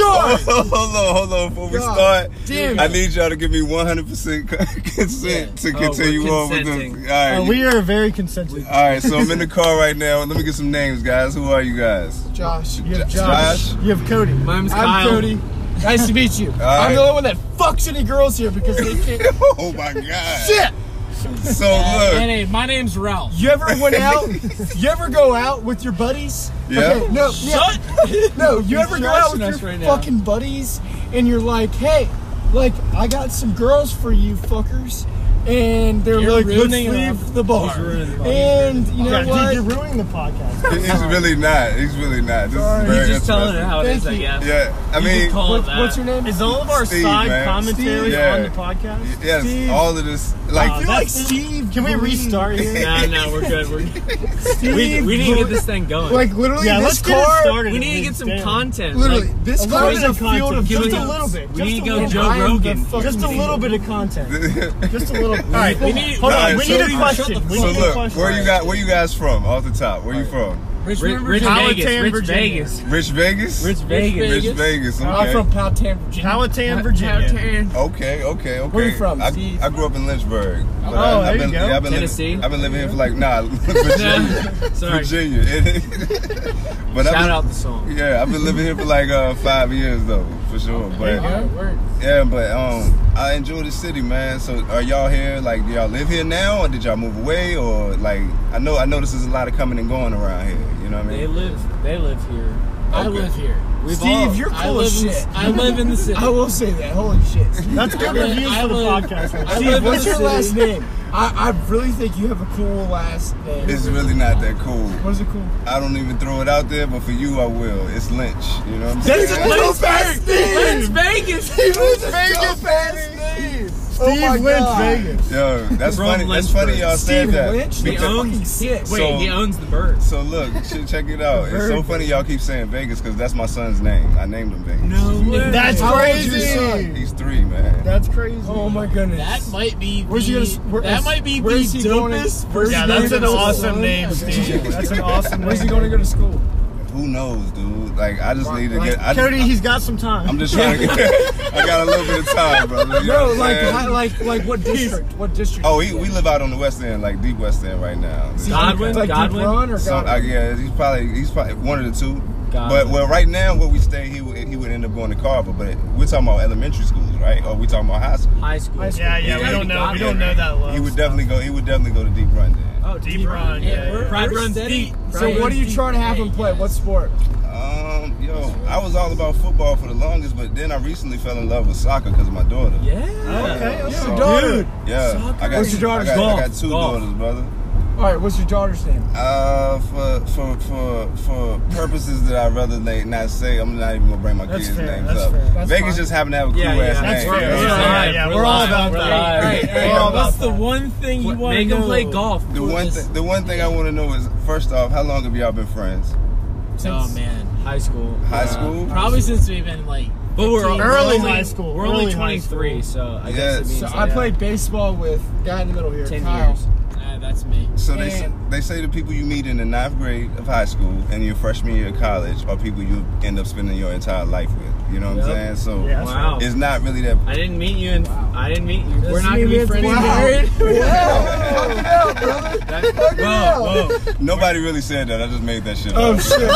Hold on, hold on, before we God start. damn I it. need y'all to give me 100% con- consent to Oh, we're continue on with consenting. this. All right, Uh, we are very consensual. all right, so I'm in the car right now. Let me get some names, guys. Who are you guys? Josh. You have J- Josh. Josh. You have Cody. My name's I'm Kyle. Cody. Nice to meet you. right. I'm the only one that fucks any girls here because they can't. oh my god. Shit. So Uh, look. Hey, my name's Ralph. You ever went out? you ever go out with your buddies? Yeah. Okay, no. Shut- yeah. No. You He's ever go out trashing us with your right now. fucking buddies and you're like, hey, like I got some girls for you, fuckers. And they're You're like, let's ruining it leave up. the bar. He's ruining the bar. And you know Dude, what? you're ruining the podcast. He's really not. He's really not. This Sorry. is very He's just telling it interesting. how it is, I Yeah. guess. Yeah. I You mean, could call it What- that. what's your name? Is all of our side commentary Steve, on the podcast? Yes, Steve. all of this. Like, Wow, that's- Can we restart here? no, no, we're good. We're Steve we, we need to get this thing going. Like literally, yeah, this let's get it car. started. We need to get some content. Literally, like, this a car is little a bit of field of content. just Give a me- little bit. We just need a to go little Joe bit. Rogan. Just a little bit of content. Just a little. All right, we need- Hold on, Nah, we so- need a question. We So need a look, question. where you got where you guys from? Off the top, where you from? Rich- Rich- Rich Powhatan, Vegas, Rich Virginia. Vegas. Rich Vegas. Rich Vegas. Rich Vegas. Okay. I'm from Powhatan, Virginia. Powhatan, Virginia. Okay, okay, okay. Where you from, I, I grew up in Lynchburg. but I, Oh, there I've you been, go. I've been Tennessee? Living, I've been living here for like nah, Virginia. Virginia. but Shout I've been, out the song. Yeah, I've been living here for like uh, five years though, for sure. But yeah, but um, I enjoy the city, man. So are y'all here? Like, do y'all live here now, or did y'all move away, or like? I know, I know this is a lot of coming and going around here. You know what I mean? They live. They live here. I Okay. live here. We've Steve, all- you're I cool as live in- shit. I live in the city. I will say that. Holy shit. That's good reviews for the podcast. I live Steve, in what's the your city. last name? I, I really think you have a cool last name. It's really not that cool. What is it cool? I don't even throw it out there, but for you, I will. It's Lynch. You know what I'm saying? That's a dope ass name. Vegas. He lives in Vegas. dope ass name. Steve Lynch, Vegas. Yo, that's From funny. That's funny y'all said Steve that. Lynch? He Because- owns- Wait, he owns the bird. So look, shit, check it out. It's so Bird. funny y'all keep saying Vegas because that's my son's name. I named him Vegas. No way. That's How old is your crazy. son? He's three, man. That's crazy. Oh my goodness. That might be. Where's the, he gonna- where- that is- might be the where is he going in- dopest. where's version he of going in school? That's an awesome Where's he name. going to go to school? Who knows, dude? Like I just need to get. I, Cody, he's got some time. I'm just trying to get. I got a little bit of time, brother. You know Bro, what I'm like, saying? I, like, like, what district? What district? Oh, he, we live out on the west end, like deep west end, right now. Is he Godwin? like Godwin? Deep Run or Some- Godwin? uh, yeah, he's probably he's probably one of the two. God. But well, right now where we stay, he would he would end up going to Carver. But we're talking about elementary schools, right? Or we talking about high school? High school. Yeah, yeah, we don't know. We don't know that He would definitely go. He would definitely go to Deep Run. Then. Oh, deep, run. Yeah, we're- Pride we're runs steady. deep. So Pride what runs are you deep. trying to have him play? What sport? Um, yo, I was all about football for the longest, but then I recently fell in love with soccer because of my daughter. Yeah. Okay, that's your daughter. Dude, Yeah. soccer. I got What's your daughter's I got, I golf, got two golf. daughters, brother. All right, what's your daughter's name? Uh, for for for for purposes that I'd rather they not say, I'm not even gonna bring my That's kids' fair, names that's up. fair, that's Vegas fine. just happened to have a cool Yeah, ass yeah, that's name. fair, you know that's what I'm fair. saying? Yeah, we're all about that. Right, right, right. What's the one thing you wanna to know? The one thing, the one thing I want to know is first off, how long have y'all been friends? Oh man, high school. High Uh, school? Probably since we've been like. But we're 15. early high school, We're only early high 23, school. so I guess it means So I yeah. played baseball with guy in the middle here, 10 Kyle. years. Nah, uh, that's me. So they say, they say the people you meet in the ninth grade of high school and your freshman year of college are people you end up spending your entire life with. You know what Yep. I'm saying? So Yeah, that's Wow. right. it's not really that. I didn't meet you, and I didn't meet you. We're Doesn't not mean we gonna be have to friends. be married. Whoa, whoa. Nobody really said that. I just made that shit up. Oh shit!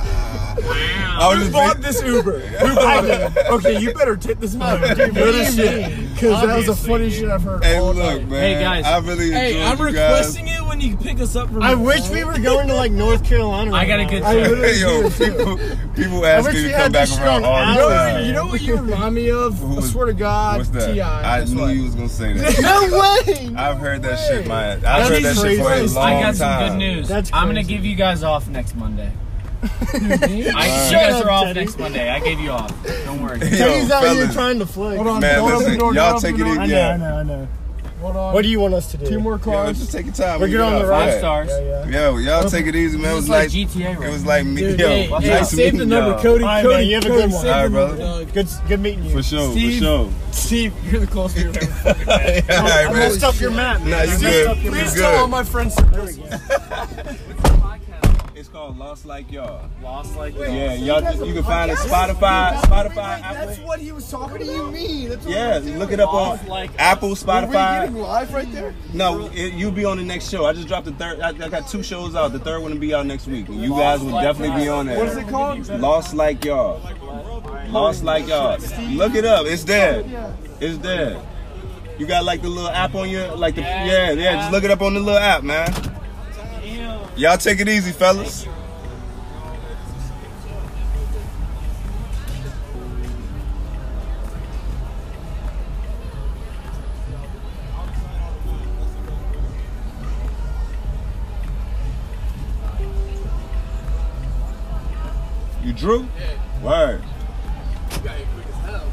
I was Who just bought this Uber? Who bought it? Okay, you better tip this mother. Dude, You're the believe shit. Because that was the funniest shit I've heard. Hey, all look, night. man. Hey, guys. I really Hey, enjoyed I'm you requesting it when you pick us up from. I wish we were going to like North Carolina. I right got a now. good guys. Yo, people, people ask wish me we to had come back this around strong all the You know, time. you know what you remind me of? I swear to God, What's that? Ti. I Guess knew what? you was gonna say that. way! I've heard that shit, my. I've That's heard that shit for a long I got some time. good news. I'm gonna give you guys off next Monday. I, you Shut guys up, are off Teddy. next Monday. I gave you off. Don't worry. Teddy's out here trying to flex. Hold on, Man, don't open listen, the door, y'all don't take open it the in- door. I know, I know, I know. Hold on. What do you want us to do? Two more Yeah, cards. let's just take your time. We're We good get on off the of road. that. Stars. Yeah, Yo, y'all take it easy, man. It was like GTA. It was like me. Dude, yo, hey, nice hey, to save meet the number, y'all. Cody, All right, Cody, man, you have a Cody, good one. save All right, the number, brother. Good, good meeting you. For sure, for sure. Steve, you're the closest you've ever fucking All right, I man. messed up your map. Nah, you I messed good. up You your map. good. my friends. It's called Lost Like Y'all. Lost Like Yeah, y'all. You can find it Spotify, Spotify, Apple. That's what he was talking What do you mean? That's what Yeah, I'm doing. look it up on Lost like- Apple, Were we Spotify. getting live right there? No, it, you'll be on the next show. I just dropped the third. I, I got two shows out. The third one will be out next week. And you guys will definitely be on there. What is it called? Lost Like Y'all. Lost Like Y'all. Look it up. It's there. It's there. You got like the little app on your like the yeah yeah. Just look it up on the little app, man. Y'all take it easy, fellas. You drew? Word.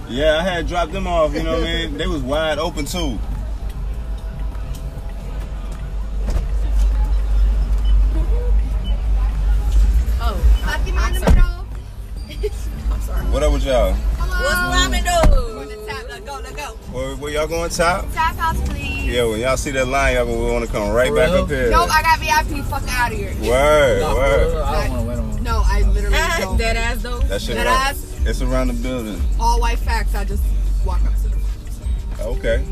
Yeah, I had dropped them off, you know what I mean? They was wide open too. Oh. Fucking in the middle. I'm sorry. What up with y'all? Hello. What's Lamendo? Let's go, let's go. Where, where y'all going top? Tap house, please. Yeah, when y'all see that line, y'all gonna want to come right back up here. Nope, I got VIP. Fuck out of here. Word, word. I don't want to win No, I literally don't. Ah, Dead ass though. That shit Dead around, ass. It's around the building. All white facts. I just walk up to them. Okay.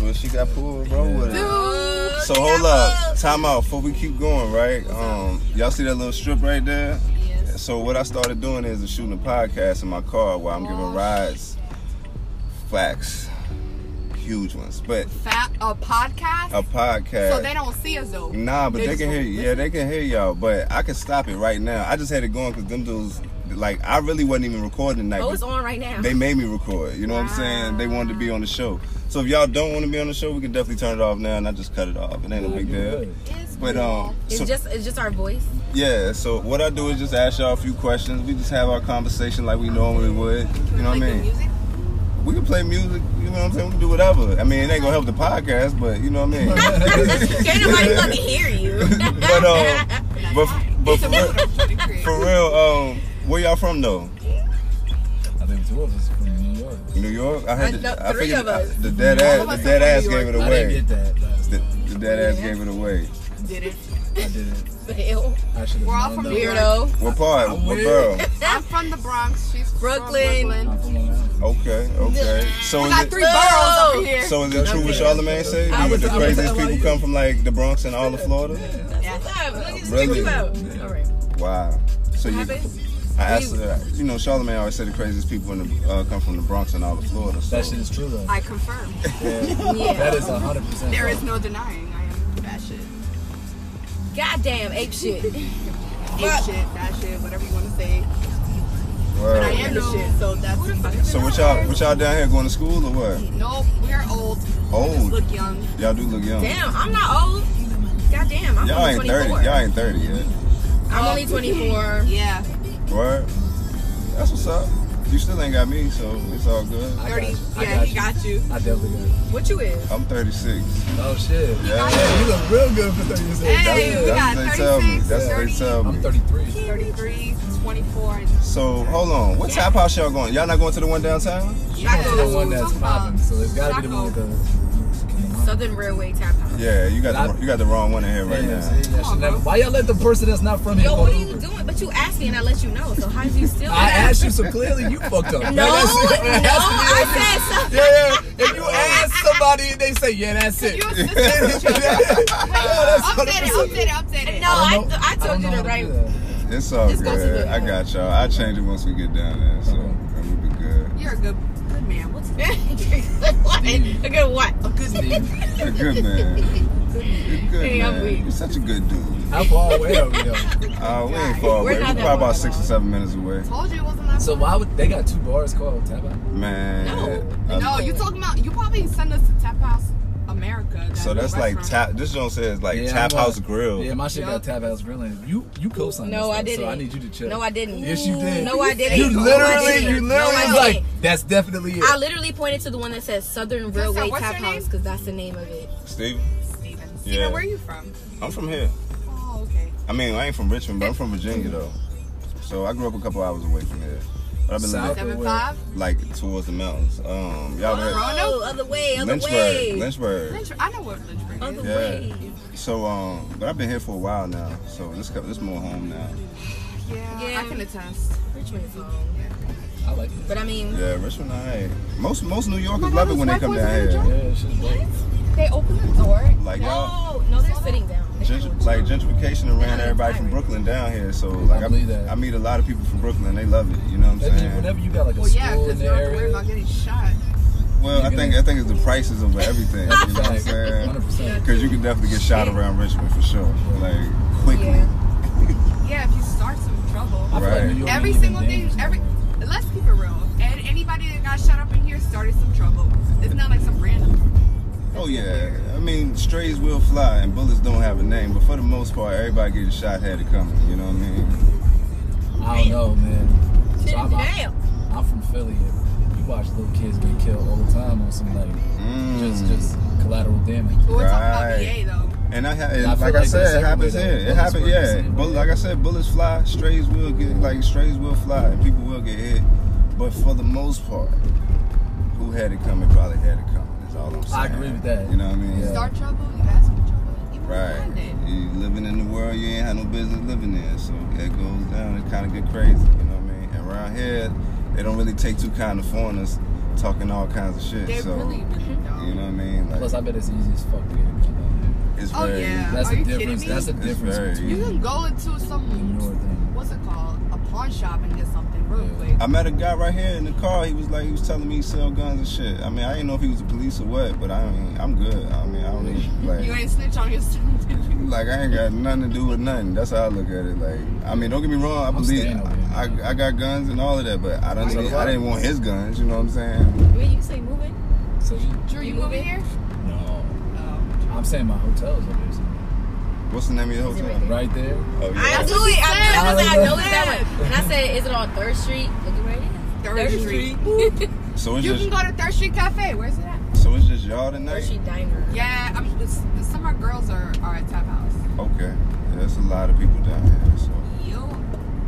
Well, she got pulled, bro. With it. Dude. So hold up, time out before we keep going, right? Um, y'all see that little strip right there? Yes. So what I started doing is shooting a podcast in my car while I'm giving rides, facts, huge ones, but Fat a podcast. a podcast. So they don't see us though. Nah, but they, just can hear won't you. listen. Yeah, they can hear y'all. But I can stop it right now. I just had it going because them dudes, like, I really wasn't even recording tonight. Oh, it's on right now. They made me record. You know what I'm saying? They wanted to be on the show. So if y'all don't want to be on the show, we can definitely turn it off now and I just cut it off. It ain't a big deal. But um, It's so- just it's just our voice. yeah. So what I do is just ask y'all a few questions. We just have our conversation like we normally would. You know what I mean? We can play music, you know what I'm saying? We can do whatever. I mean, it ain't gonna help the podcast, but you know what I mean? hear you. but um, but, but for, real- for real, um, where y'all from though? I think two of us are from New York. New York. I I heard. know the, I three figured of us. the dead All ass. of us The are from dead ass New gave it York. I away. didn't get that The, the dead ass gave it away. Did it? I did it. The hell? I should have We're all known from that. New Oh. York. What part? What borough? I'm from the Bronx. She's Brooklyn. from Brooklyn. Okay. Okay. So we is got it? three boroughs over here. So is it true what Charlemagne said? I The was- I was craziest at people come from like the Bronx and all of Florida. Look at Really? you out. All right. Wow. So you, Happens. I asked her, you know, Charlamagne always said the craziest people in the, uh, come from the Bronx and all of Florida. So. That shit is true though. I confirm. Yeah. That is 100% There right. is no denying. I am that shit. Goddamn ape shit. ape Ape shit, that shit, whatever you want to say. Word. But I am the shit, so that's So what y'all, what y'all down here going to school or what? Nope, we are old. We just Old. look young. Y'all do look young. Damn, I'm not old. Goddamn, I'm Y'all only ain't 24. 30. Y'all ain't 30 yet. I'm only 24. Yeah. Word. That's what's up. You still ain't got me, so it's all good. 30. Yeah, he got you. I definitely got you. What you is? I'm 36. Oh shit. Yeah. You look real good for 30 years old. Hey, we got That's what they tell me. 36, That's what they 30, tell me. I'm 33. 33, 24, and So hold on. What tap house y'all going? Y'all not going to the one downtown? Yeah, that's the one what that's I'm talking popping. So there's gotta be the one with the. Southern Railway Tap House. Yeah, you got the, you got the wrong one in here right now. Why y'all let the person that's not from here Yo, go what are over? you doing? But you asked me and I let you know. So how do you still? I asked you, so clearly you fucked up. No, Like, no, that's- I said something. Yeah, if you ask somebody and they say, yeah, that's it. update it, update it, update it. No, I, th- I told you the right. It's all It's got to good. be- I got y'all. I'll change it once we get down there, so and we'll be good. You're a good good man. What's a good what? A good what? A good man. You're a good man. You're a good Hey, I'm man. weak. You're such a good dude. How far away are we though? Uh, we ain't far We're away. We're not probably that far about six or seven minutes away. Told you it wasn't that So why would they got two bars called Tap Out? Man. I- No, you talking about you probably send us to Tap House America. that So new that's like restaurant. tap. This joint says like Yeah, tap I'm a- house grill. Yeah, my shit got Tap House grilling. You you co-signed. No, this stuff, I So I didn't. need you to chill. No, I didn't. Yes, you did. No, I didn't. You No, I literally, didn't. you No, literally I was like, didn't. that's definitely it. I literally pointed to the one that says Southern Railway what's Tap your name? House because that's the name of it. Steven. Steven. Yeah. Steven, where are you from? I'm from here. Oh, okay. I mean, I ain't from Richmond, but I'm from Virginia though. So I grew up a couple hours away from here. But I've been South living or where? 75? like towards the mountains. Um, y'all heard Roanoke? Oh, Other way, Lynchburg, Lynchburg. Lynchburg. I know where Lynchburg Oh, is. Yeah. So um, but I've been here for a while now. So this co- this more home now. Yeah, I can attest. Richmond is home. I like it. But I Mm-hmm. mean, Yeah, Richmond. I most most New Yorkers God, love it when they those come white down boys in here. Yeah, shit. they open the door. Like y'all. no, no, they're sitting down. Gentr- like gentrification around everybody from Brooklyn down here. So like I, I meet a lot of people from Brooklyn. They love it. You know what I'm saying? Whenever you got like a Well, yeah, school in because the you don't have to worry area, about getting shot. Well, I think I think it's the prices over everything. You know what I'm saying? Because you can definitely get shot around Richmond for sure, like quickly. Yeah, if you start some I trouble. feel like Right. New York Every ain't even single thing, every. Let's keep it real. And anybody that got shot up in here started some trouble. It's not like some random. Oh yeah, I mean strays will fly and bullets don't have a name, but for the most part, everybody getting shot had it coming. You know what I mean? I don't know, man. So I'm, Damn. I'm from Philly. and You watch little kids get killed all the time on some like just just collateral damage. But we're talking about VA Mm. And I, ha- I and feel like, like I that's said, it everywhere happens though. here. It Bullets happens, work the yeah. same But like I said, bullets fly, strays will get like strays will fly, and people will get hit. But for the most part, who had it coming probably had it coming. That's all I'm saying. I agree with that. You know what I mean? though. Start trouble, you ask for trouble. You Right. find it. You living in the world you ain't had no business living in. So it goes down, it kinda get crazy, you know what I mean? And around here, they don't really take too kind of foreigners talking all kinds of shit. They so really, really don't. you know what I mean? Like, Plus, I bet it's easy as fuck to get it. it's Oh, very yeah. That's Are the you kidding difference. me? That's the It's difference. very between- You can go into some what's it called? A pawn shop and get something real quick. I met a guy right here in the car. He was like, he was telling me he sell guns and shit. I mean, I didn't know if he was the police or what, but I mean, I'm good. I mean, I don't even, like, You ain't snitch on yourself, did you? like I ain't got nothing to do with nothing. That's how I look at it. Like, I mean, don't get me wrong. I believe I, I, I got guns and all of that, but I don't. So I what? didn't want his guns. You know what I'm saying? Wait, you say moving? So you, Drew, you moving here? no. I'm saying my hotel's over there. What's the name of your hotel? Right there. Oh I yeah. knew it. I I knew it. I like noticed that one. And I said, is it on Third Street? Look at where it is. Third Street. So it's you can just go to Third Street Cafe. Where's it at? so it's just y'all tonight. Third Street Diner. Yeah, I'm, it's- some of our girls are, are at Tap House. Okay, yeah, there's a lot of people down here. So Yo,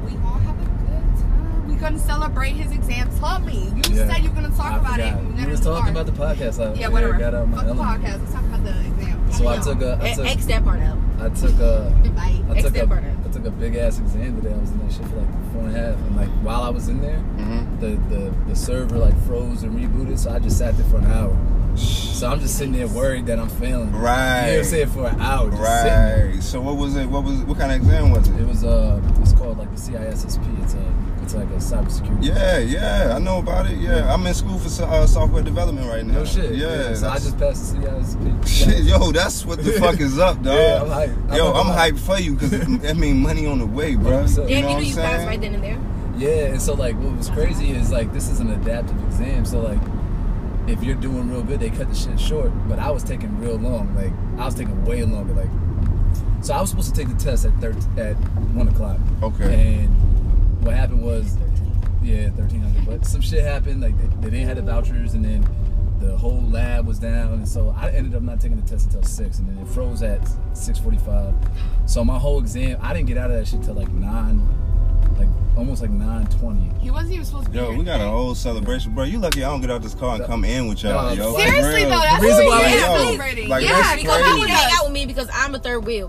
we all have a good time. We gonna celebrate his exam. Tell me. You Yeah. said you're gonna talk I about forgot. it. You We never was talking are. about the podcast. I, Yeah, whatever. I got out of my Fuck the element. podcast. Let's talk about the exam. So I took a- I took- X that part out. I took uh, a. Bye. I X took that a, part out. I took a big ass exam today. I was in that shit for like four and a half, and like while I was in there, Mm-hmm. the, the the server like froze and rebooted, so I just sat there for an hour. So I'm just sitting there worried that I'm failing. Right. You know what I'm saying? For an hour. Just Right. So what was it? What was what kind of exam was it? It was uh, it's called like the CISSP. It's a it's like a cybersecurity. Yeah, yeah, I know about it. Yeah, I'm in school for so- uh, software development right now. No shit. Yeah, so I that's- just passed the CISSP. Shit, yo, that's what the fuck is up, dog. Yeah, I'm hyped. I'm Yo, not I'm gonna lie. hyped for you because that mean money on the way, bro. You Yeah, you know know what I'm you passed right saying? then and there. Yeah, and so like what was crazy is like this is an adaptive exam, so like if you're doing real good, they cut the shit short. But I was taking real long, like I was taking way longer, like so I was supposed to take the test at thir- at one o'clock. Okay. And what happened was, yeah, thirteen hundred. But some shit happened, like they, they didn't have the vouchers, and then the whole lab was down, and so I ended up not taking the test until six, and then it froze at six forty-five. So my whole exam, I didn't get out of that shit till like nine, like almost like nine twenty. He wasn't even supposed to be Yo, here we got a today. whole celebration, bro. You lucky I don't get out this car and come in with y'all, No, yo. I'm Seriously, For real. though, that's The reason what why we we- did. yo, Celebrating. like, yeah, that's because you crazy. need to hang out with me because I'm a third wheel,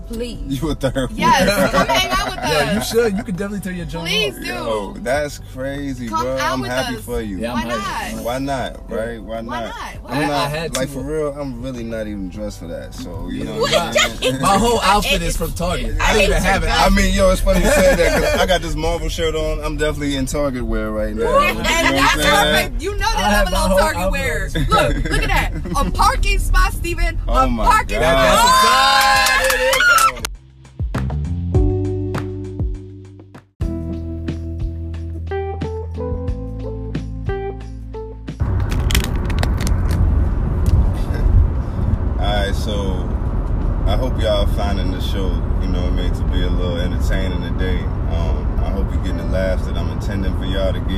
please. You a third. Yes, come hang out with Yeah, you should. You could definitely tell your job. Please do. Yo, that's crazy, Come bro. out I'm with happy us. for you. Yeah, I'm Why hyped. not? Why not? Right? Why not? not? I'm Why not not? like for real. I'm really not even dressed for that. So you know. What? My whole outfit is from Target. I don't even have it. I mean, yo, it's funny you say that because I got this Marvel shirt on. I'm definitely in Target wear right now. Right, You know and what that's I'm saying? perfect. You know that I'm a little target wearer. Look, look at that. A parking spot, Steven. Oh a my parking God. spot. Alright, so I hope y'all finding the show, you know what I mean, to be a little entertaining today. Um, I hope you're getting the laughs that I'm intending for y'all to get.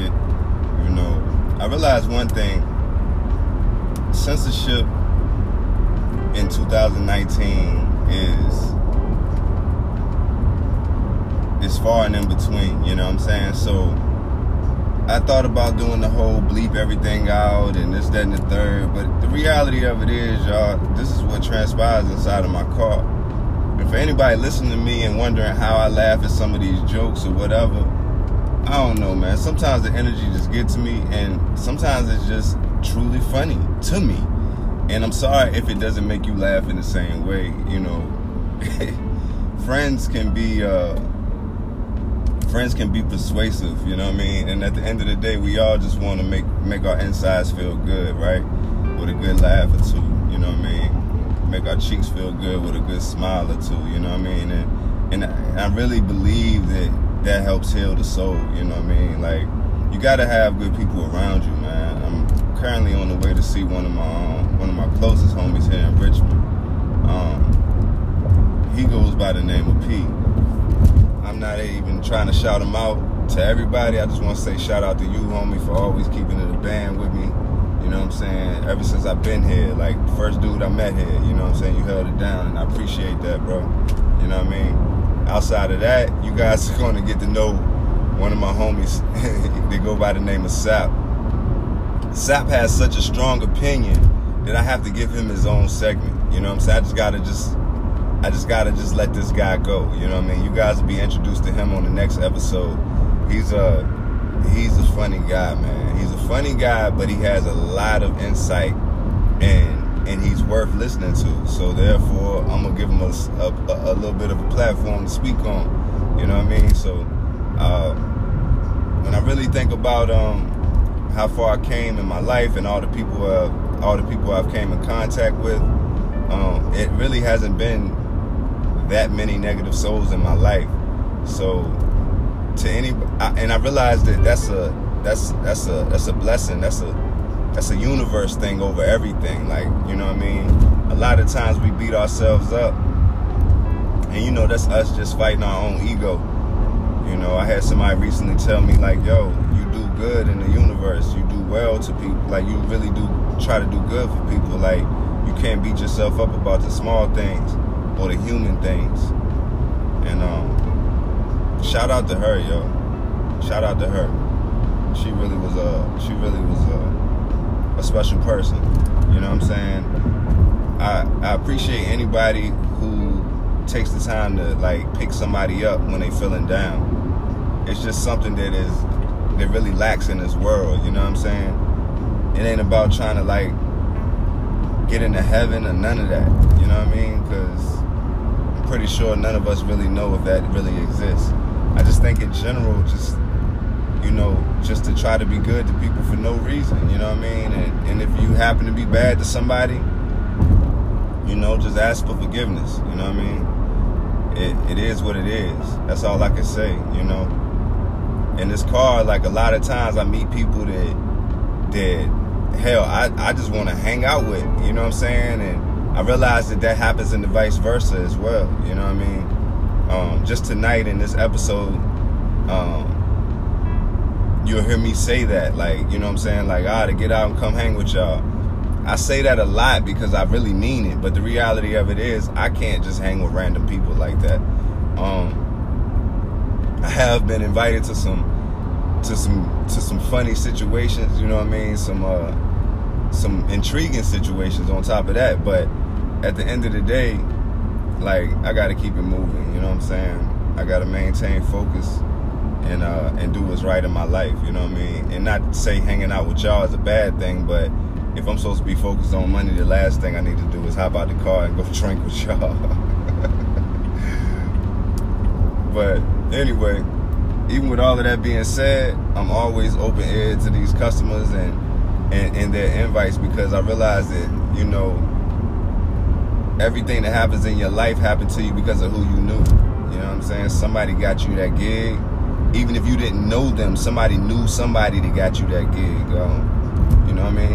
You know, I realized one thing censorship in 2019 is is far and in between, you know what I'm saying? So I thought about doing the whole bleep everything out and this, that, and the third, but the reality of it is, y'all, this is what transpires inside of my car. And for anybody listening to me and wondering how I laugh at some of these jokes or whatever, I don't know, man. Sometimes the energy just gets to me, and sometimes it's just truly funny to me. And I'm sorry if it doesn't make you laugh in the same way, you know. friends can be uh friends can be persuasive you know what i mean and at the end of the day we all just want to make make our insides feel good right with a good laugh or two you know what i mean make our cheeks feel good with a good smile or two you know what i mean and and i, I really believe that that helps heal the soul you know what i mean like you gotta have good people around you man i'm currently on the way to see one of my um, one of my closest homies here in richmond um, he goes by the name of Pete. I'm not even trying to shout him out to everybody. I just want to say shout out to you, homie, for always keeping it a band with me. You know what I'm saying? Ever since I've been here, like first dude I met here, you know what I'm saying? You held it down, and I appreciate that, bro. You know what I mean? Outside of that, you guys are going to get to know one of my homies. they go by the name of Sap. Sap has such a strong opinion that I have to give him his own segment. You know what I'm saying? I just gotta just I just gotta just let this guy go. You know what I mean? You guys will be introduced to him on the next episode. He's a he's a funny guy, man. He's a funny guy, but he has a lot of insight and and he's worth listening to. So therefore, I'm gonna give him a, s- a- a- a little bit of a platform to speak on. You know what I mean? So uh, when I really think about um, how far I came in my life and all the people uh, all the people I've came in contact with, um, it really hasn't been that many negative souls in my life. So to any I, and I realized that that's a that's that's a that's a blessing. That's a that's a universe thing over everything. Like you know what I mean. A lot of times we beat ourselves up, and you know that's us just fighting our own ego. You know, I had somebody recently tell me like, "Yo, you do good in the universe. You do well to people. Like you really do try to do good for people. Like you can't beat yourself up about the small things or the human things." And um, shout out to her, yo. Shout out to her. She really was a she really was a a special person. You know what I'm saying? I I appreciate anybody who takes the time to like pick somebody up when they feeling down. It's just something that is that really lacks in this world. You know what I'm saying? It ain't about trying to like get into heaven or none of that. You know what I mean? Because I'm pretty sure none of us really know if that really exists. I just think in general, just you know, just to try to be good to people for no reason. You know what I mean? And, and if you happen to be bad to somebody, you know, just ask for forgiveness. You know what I mean? It, it is what it is. That's all I can say. You know. In this car, like a lot of times, I meet people that that hell, I I just want to hang out with. You know what I'm saying? And I realize that that happens in the vice versa as well. You know what I mean? Um, just tonight in this episode, um, you'll hear me say that. Like, you know what I'm saying? Like, ah, to get out and come hang with y'all. I say that a lot because I really mean it. But the reality of it is, I can't just hang with random people like that. Um, I have been invited to some, to some, to some funny situations. You know what I mean? Some, uh, some intriguing situations. On top of that, but at the end of the day, like I got to keep it moving. You know what I'm saying? I got to maintain focus and uh, and do what's right in my life. You know what I mean? And not to say hanging out with y'all is a bad thing, but if I'm supposed to be focused on money, the last thing I need to do is hop out the car and go drink with y'all. but anyway, even with all of that being said, I'm always open ear to these customers and and, and their invites because I realize that you know everything that happens in your life happened to you because of who you knew. You know what I'm saying? Somebody got you that gig. Even if you didn't know them, somebody knew somebody that got you that gig. Um, you know what I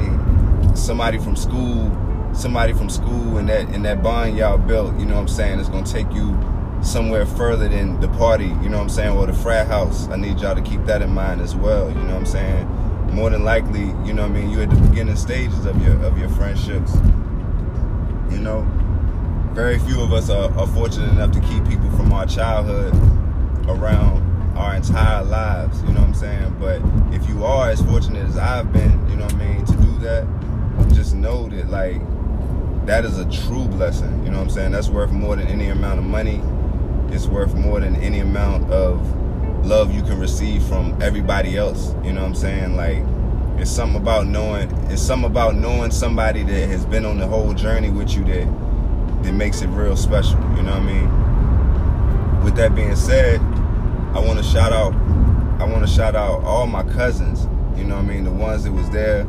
mean? Somebody from school, somebody from school and that and that bond y'all built, you know what I'm saying, it's gonna take you somewhere further than the party, you know what I'm saying, or the frat house. I need y'all to keep that in mind as well, you know what I'm saying? More than likely, you know what I mean, you're at the beginning stages of your of your friendships. You know? very few of us are, are fortunate enough to keep people from our childhood around our entire lives, you know what I'm saying? But if you are as fortunate as I've been, you know what I mean, to do that, just know that, like, that is a true blessing, you know what I'm saying? That's worth more than any amount of money. It's worth more than any amount of love you can receive from everybody else, you know what I'm saying? Like, it's something about knowing, it's something about knowing somebody that has been on the whole journey with you that that makes it real special. You know what I mean? With that being said, I want to shout out. I want to shout out all my cousins. You know what I mean? The ones that was there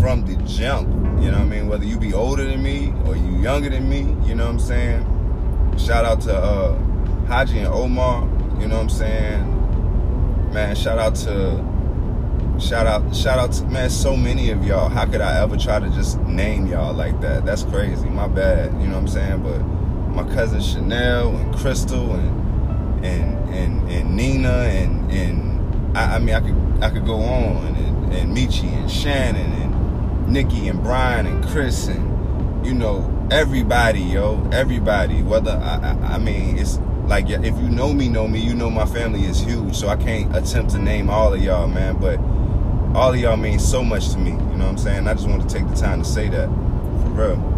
from the jump. You know what I mean? Whether you be older than me or you younger than me. You know what I'm saying? Shout out to uh, Haji and Omar. You know what I'm saying? Man, shout out to Shout out, shout out to man, so many of y'all. How could I ever try to just name y'all like that? That's crazy. My bad. You know what I'm saying? But my cousin Chanel and Crystal and and and, and Nina and and I, I mean I could I could go on and, and Michi and Shannon and Nikki and Brian and Chris and you know everybody yo everybody whether I I, I mean it's like yeah, if you know me know me you know my family is huge so I can't attempt to name all of y'all man but all of y'all mean so much to me. You know what I'm saying? I just want to take the time to say that for real.